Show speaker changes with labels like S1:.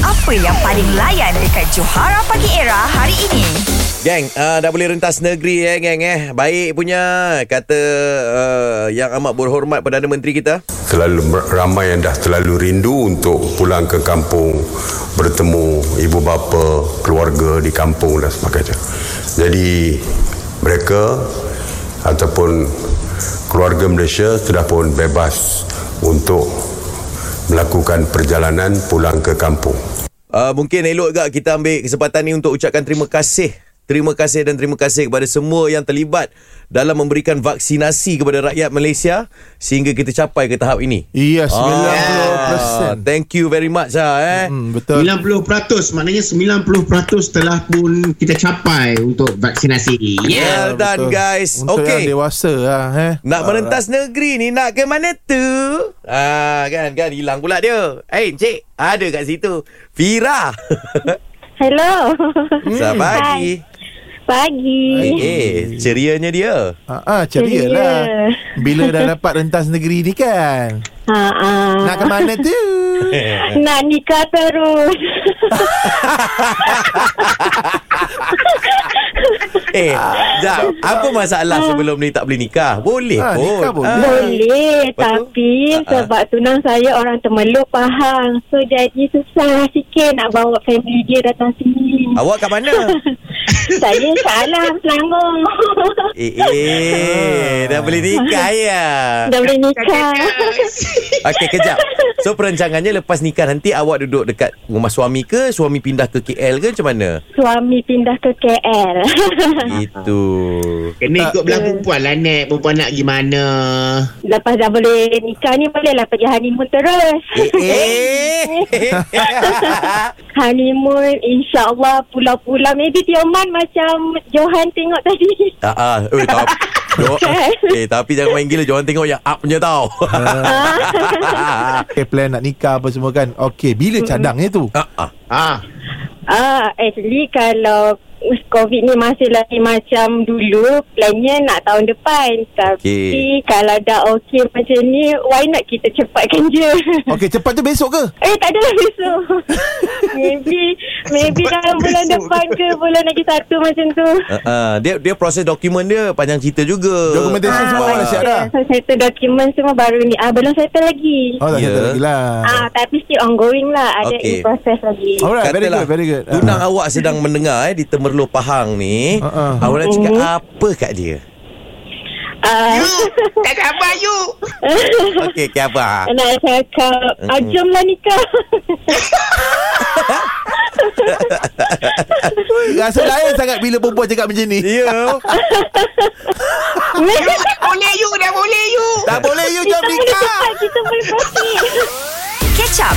S1: Apa yang paling layan dekat Johara Pagi Era hari ini?
S2: Geng, uh, dah boleh rentas negeri eh geng eh. Baik punya kata uh, yang amat berhormat Perdana Menteri kita.
S3: Terlalu ramai yang dah terlalu rindu untuk pulang ke kampung, bertemu ibu bapa, keluarga di kampung dan sebagainya. Jadi mereka ataupun keluarga Malaysia sudah pun bebas untuk melakukan perjalanan pulang ke kampung.
S2: Uh, mungkin elok gak kita ambil kesempatan ni untuk ucapkan terima kasih. Terima kasih dan terima kasih kepada semua yang terlibat dalam memberikan vaksinasi kepada rakyat Malaysia sehingga kita capai ke tahap ini.
S4: Yes,
S2: Ah,
S4: 90%.
S2: thank you very much lah eh.
S4: Hmm, betul.
S5: 90% maknanya 90% telah pun kita capai untuk vaksinasi. Yeah.
S2: Well done
S4: Ya, Betul.
S2: guys.
S4: Untuk
S2: Okay.
S4: yang dewasa lah eh.
S2: Nak merentas negeri ni nak ke mana tu? Ah kan kan hilang pula dia. Eh hey, cik, ada kat situ. Fira.
S6: Hello. Hmm,
S2: Selamat pagi.
S6: Pagi.
S2: Eh, cerianya dia.
S4: Ah, ah, ceria lah.
S6: Ceria.
S4: Bila dah dapat rentas negeri ni kan.
S6: Ha ah.
S4: Nak ke mana tu?
S6: Nak nikah terus.
S2: Eh, jap. Apa masalah sebelum ni tak boleh nikah? Boleh
S4: Ah,
S2: kot.
S4: nikah boleh.
S2: Ah.
S6: Boleh
S2: Lepas tu?
S6: tapi
S2: Ah, ah.
S6: sebab tunang saya orang Temerluk Pahang. So jadi susah lah sikit nak bawa family dia datang sini.
S2: Awak kat mana?
S6: saya salah Selangor.
S2: eh, eh, dah boleh nikah ya.
S6: Dah boleh nikah.
S2: Okey, kejap. So perancangannya lepas nikah nanti awak duduk dekat rumah suami ke, suami pindah ke KL ke macam mana?
S6: Suami pindah ke KL.
S2: Itu.
S5: Kena ikut belah perempuan lah Nek Perempuan nak gimana
S6: Lepas dah boleh nikah ni bolehlah pergi honeymoon terus.
S2: Eh, eh.
S6: honeymoon insyaallah pulau-pulau maybe Tioman macam Johan tengok tadi
S2: Ah, ah. Eh, tapi, Jo,
S6: Kan?
S2: eh, tapi jangan main gila. Jangan tengok yang up punya tau.
S4: Okay, plan nak nikah apa semua kan. Okay, bila cadangnya tu?
S2: ah, ah.
S5: ha.
S6: ah actually kalau covid ni masih lagi macam dulu plannya nak tahun depan tapi kalau dah okey macam ni why not kita cepatkan je
S4: Okay, cepat tu besok ke?
S6: Eh tak ada lah besok Maybe Maybe dalam bulan depan ke Bulan lagi satu macam tu
S2: Ah, ah. Dia dia proses dokumen dia panjang cerita juga. Ah.
S4: Dokumentasi semua awak dah siap dah.
S6: Ah, So settle dokumen semua baru ni ah, Belum settle lagi
S4: Oh, dah
S2: Ya.
S4: yeah. lagi lah.
S6: Ah, tapi still ongoing lah. Ada
S2: Okey.
S6: okay. in process lagi.
S4: Alright, very
S2: Katalah,
S4: good, very good.
S2: Tunang
S4: Ah.
S2: awak sedang mendengar eh, di Temerloh Pahang ni.
S4: Ah, ah.
S2: Awak nak cakap
S6: Mhm.
S2: apa kat dia?
S6: Ah,
S5: Tak ada apa you
S2: Okey, okay, apa? ah?
S6: nak cakap, ah,
S2: Mm-mm.
S6: jomlah nikah.
S4: Rasa lain sangat bila perempuan cakap macam ni.
S2: Ya.
S6: lah
S5: Boleh you Dah boleh you
S4: Tak boleh you
S6: kita
S4: jom
S6: boleh
S4: nikah.
S6: cepat, kita boleh profit.
S1: Catch up